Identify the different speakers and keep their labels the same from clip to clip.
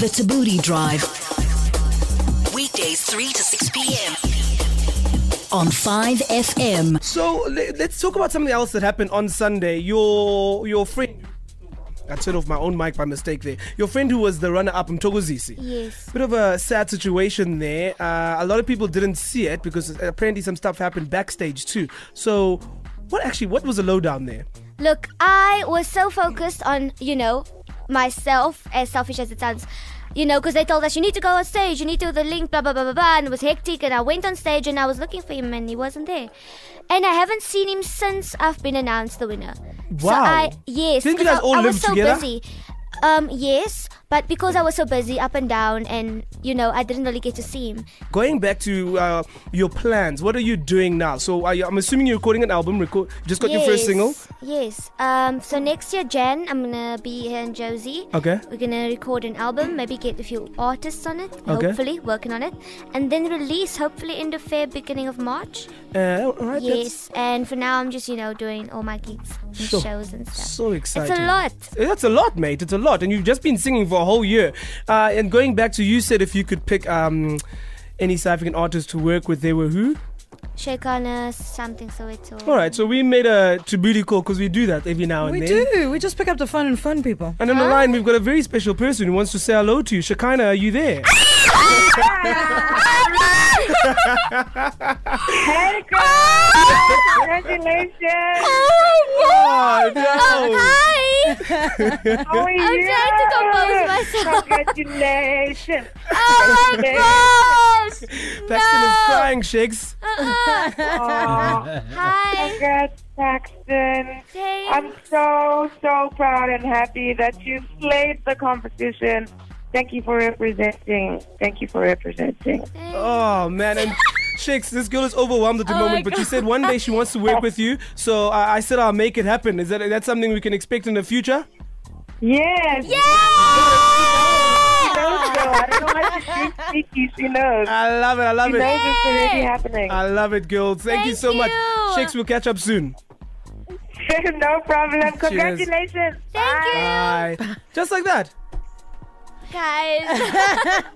Speaker 1: The Tabooty Drive. Weekdays 3 to 6 p.m. On 5FM.
Speaker 2: So le- let's talk about something else that happened on Sunday. Your your friend. I turned off my own mic by mistake there. Your friend who was the runner up, Mtogozisi.
Speaker 3: Yes.
Speaker 2: Bit of a sad situation there. Uh, a lot of people didn't see it because uh, apparently some stuff happened backstage too. So, what actually, what was the lowdown there?
Speaker 3: Look, I was so focused on, you know, myself, as selfish as it sounds, you know, because they told us you need to go on stage, you need to do the link, blah, blah, blah, blah, blah, and it was hectic. And I went on stage and I was looking for him and he wasn't there. And I haven't seen him since I've been announced the winner. So
Speaker 2: Wow.
Speaker 3: I, yes.
Speaker 2: Didn't you
Speaker 3: because
Speaker 2: guys all
Speaker 3: I, I
Speaker 2: live
Speaker 3: was so
Speaker 2: together?
Speaker 3: busy. Um, yes, but because I was so busy up and down and, you know, I didn't really get to see him.
Speaker 2: Going back to uh, your plans, what are you doing now? So, are you, I'm assuming you're recording an album, record, just got your first single.
Speaker 3: Yes. Um, so next year, Jan, I'm gonna be here in Josie.
Speaker 2: Okay.
Speaker 3: We're gonna record an album, maybe get a few artists on it.
Speaker 2: Okay.
Speaker 3: Hopefully, working on it, and then release hopefully end of Feb, beginning of March.
Speaker 2: Uh, all right, that's
Speaker 3: yes. And for now, I'm just you know doing all my gigs and
Speaker 2: Sure.
Speaker 3: shows and stuff.
Speaker 2: so exciting.
Speaker 3: It's a lot.
Speaker 2: That's a lot, mate. It's a lot, and you've just been singing for a whole year. Uh, and going back to you said if you could pick um, any South African artist to work with, they were who?
Speaker 3: Shake on us, something so it's all.
Speaker 2: All right, so we made a Tabooty call because we do that every now and
Speaker 4: We
Speaker 2: then.
Speaker 4: do. We just pick up the phone and phone people.
Speaker 2: And on the line, we've got a very special person who wants to say hello to you. Shekinah, are you there?
Speaker 5: Hey guys! Congratulations!
Speaker 2: Oh, no.
Speaker 3: Hi.
Speaker 5: How are
Speaker 3: I'm
Speaker 5: you?
Speaker 3: trying to compose myself.
Speaker 5: Congratulations!
Speaker 3: Oh my gosh.
Speaker 2: Paxton is crying, Shakes.
Speaker 3: Uh-uh.
Speaker 5: Oh,
Speaker 3: Hi.
Speaker 5: congrats, Paxton.
Speaker 3: Thanks.
Speaker 5: I'm so, so proud and happy that you slayed the competition. Thank you for representing. Thank you for representing.
Speaker 2: Oh, man. And Shakes, this girl is overwhelmed at the
Speaker 3: Oh
Speaker 2: moment,
Speaker 3: my
Speaker 2: but she
Speaker 3: God.
Speaker 2: said one day she wants to work with you. So I, I said I'll make it happen. Is that that's something we can expect in the future?
Speaker 5: Yes!
Speaker 3: Yeah!
Speaker 5: So, I don't know why she's too sneaky. She knows.
Speaker 2: I love it. I love
Speaker 5: She knows
Speaker 2: it.
Speaker 5: it's already happening.
Speaker 2: I love it, girl. Thank, you
Speaker 3: Thank
Speaker 2: so much.
Speaker 3: you.
Speaker 2: Shakes, we'll catch up soon.
Speaker 5: no problem. Congratulations.
Speaker 3: Thank you,
Speaker 2: Bye. Just like that.
Speaker 3: guys.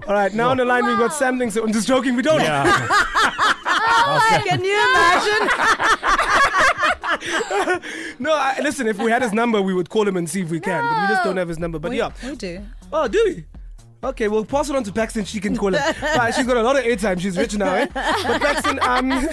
Speaker 2: All right, now on the line, we've got Sam thinks I'm just joking. We don't.
Speaker 4: Oh, Can you imagine?
Speaker 2: No, I, listen, if we had his number, we would call him and see if we can. But we just don't have his number. But yeah.
Speaker 4: We do.
Speaker 2: Oh, do we? Okay, well, pass it on to Paxton. She can call it. But she's got a lot of airtime. She's rich now, eh? But Paxton, um,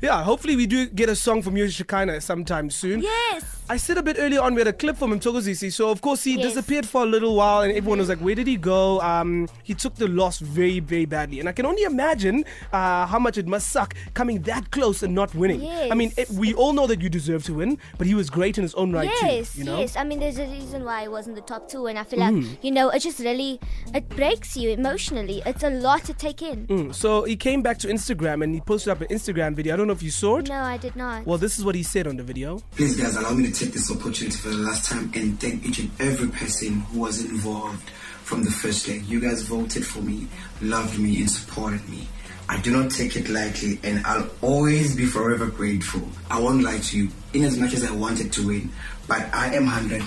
Speaker 2: yeah, hopefully we do get a song from you, Shekinah, sometime soon.
Speaker 3: yes.
Speaker 2: I said a bit earlier on we had a clip from Mtogozisi. So of course he
Speaker 3: Yes.
Speaker 2: disappeared for a little while, and everyone was like, "Where did he go?" Um, he took the loss very, very badly, and I can only imagine uh, how much it must suck coming that close and not winning. I mean, it,
Speaker 3: Yes.
Speaker 2: we all know that you deserve to win, but he was great in his own right
Speaker 3: yes.
Speaker 2: too. You know? Mm.
Speaker 3: Yes. I mean, there's a reason why I wasn't the top two, and I feel like you know, it just really it breaks you emotionally. It's a lot to take in.
Speaker 2: Mm, So he came back to Instagram and he posted up an Instagram video. I don't know if you saw it.
Speaker 3: No, I did not.
Speaker 2: Well, this is Mm. what he said on the video.
Speaker 6: Please, guys, allow me to take this opportunity for the last time and thank each and every person who was involved from the first day. You guys voted for me, loved me, and supported me. I do not take it lightly, and I'll always be forever grateful. I won't lie to you, in as much as I wanted to win, but I am 100%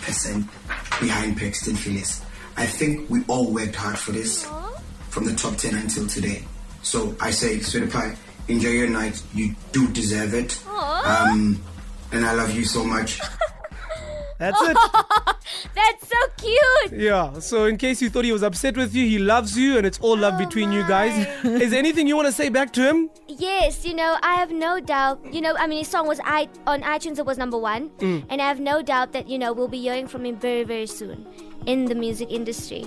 Speaker 6: behind Paxton Phillips. I think we all worked hard for this from the top 10 until today. So I say, Sweetie Pie, enjoy your night. You do deserve it. Um, and I love you so much.
Speaker 2: That's
Speaker 3: Oh.
Speaker 2: it.
Speaker 3: That's so cute.
Speaker 2: Yeah. So in case you thought he was upset with you, he loves you, and it's all love
Speaker 3: Oh
Speaker 2: between you guys. Is there anything you want to say back to him?
Speaker 3: Yes, you know, I have no doubt. You know, I mean, his song was I on iTunes. It was number one,
Speaker 2: Mm.
Speaker 3: and I have no doubt that you know we'll be hearing from him very, very soon in the music industry.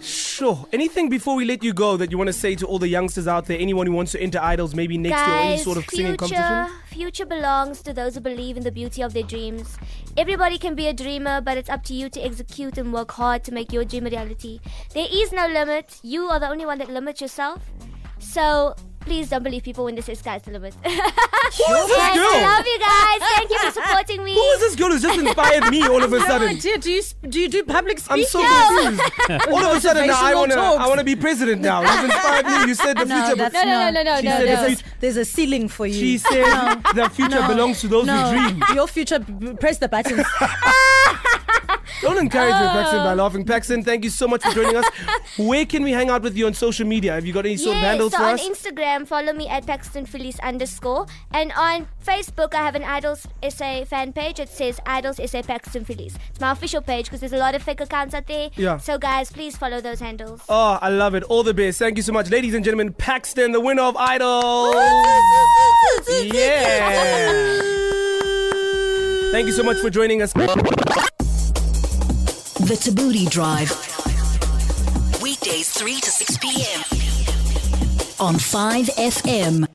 Speaker 2: Sure. Anything before we let you go that you want to say to all the youngsters out there, anyone who wants to enter idols, maybe next year, or any sort of singing competition?
Speaker 3: Future belongs to those who believe in the beauty of their dreams. Everybody can be a dreamer, but it's up to you to execute and work hard to make your dream a reality. There is no limit. You are the only one that limits yourself. So please don't believe people when they say sky's the limit.
Speaker 2: Who is this
Speaker 3: Yes, I
Speaker 2: girl?
Speaker 3: love you guys. Thank you for supporting me.
Speaker 2: Who is this girl who's just inspired me all of a
Speaker 4: No
Speaker 2: sudden?
Speaker 4: idea. Oh, Do you sp- do you do public
Speaker 2: I'm
Speaker 4: speaking?
Speaker 2: so confused. All of a sudden now I
Speaker 4: Motivational
Speaker 2: want to I
Speaker 4: talks.
Speaker 2: want to be president now. You've inspired me. You said the
Speaker 4: No,
Speaker 2: future
Speaker 4: that's
Speaker 2: be-
Speaker 3: No, no,
Speaker 4: not-
Speaker 3: no, no,
Speaker 4: she
Speaker 3: no,
Speaker 4: said
Speaker 3: no.
Speaker 4: There's, a, there's a ceiling for you.
Speaker 2: she said the future belongs to those who dream.
Speaker 4: Your future, b- press the buttons.
Speaker 2: Don't encourage me, Paxton, by laughing. Paxton, thank you so much for joining us. Where can we hang out with you on social media? Have you got any sort of
Speaker 3: Yeah,
Speaker 2: handles
Speaker 3: so
Speaker 2: for
Speaker 3: on
Speaker 2: us?
Speaker 3: Instagram, follow me at Paxton Felice underscore. And on Facebook, I have an Idols SA fan page. It says Idols SA Paxton Felice. It's my official page because there's a lot of fake accounts out there.
Speaker 2: Yeah.
Speaker 3: So, guys, please follow those handles.
Speaker 2: Oh, I love it. All the best. Thank you so much, ladies and gentlemen. Paxton, the winner of Idol. yeah. Thank you so much for joining us.
Speaker 1: The Tabooty Drive. Weekdays 3 to 6 p.m. on 5FM.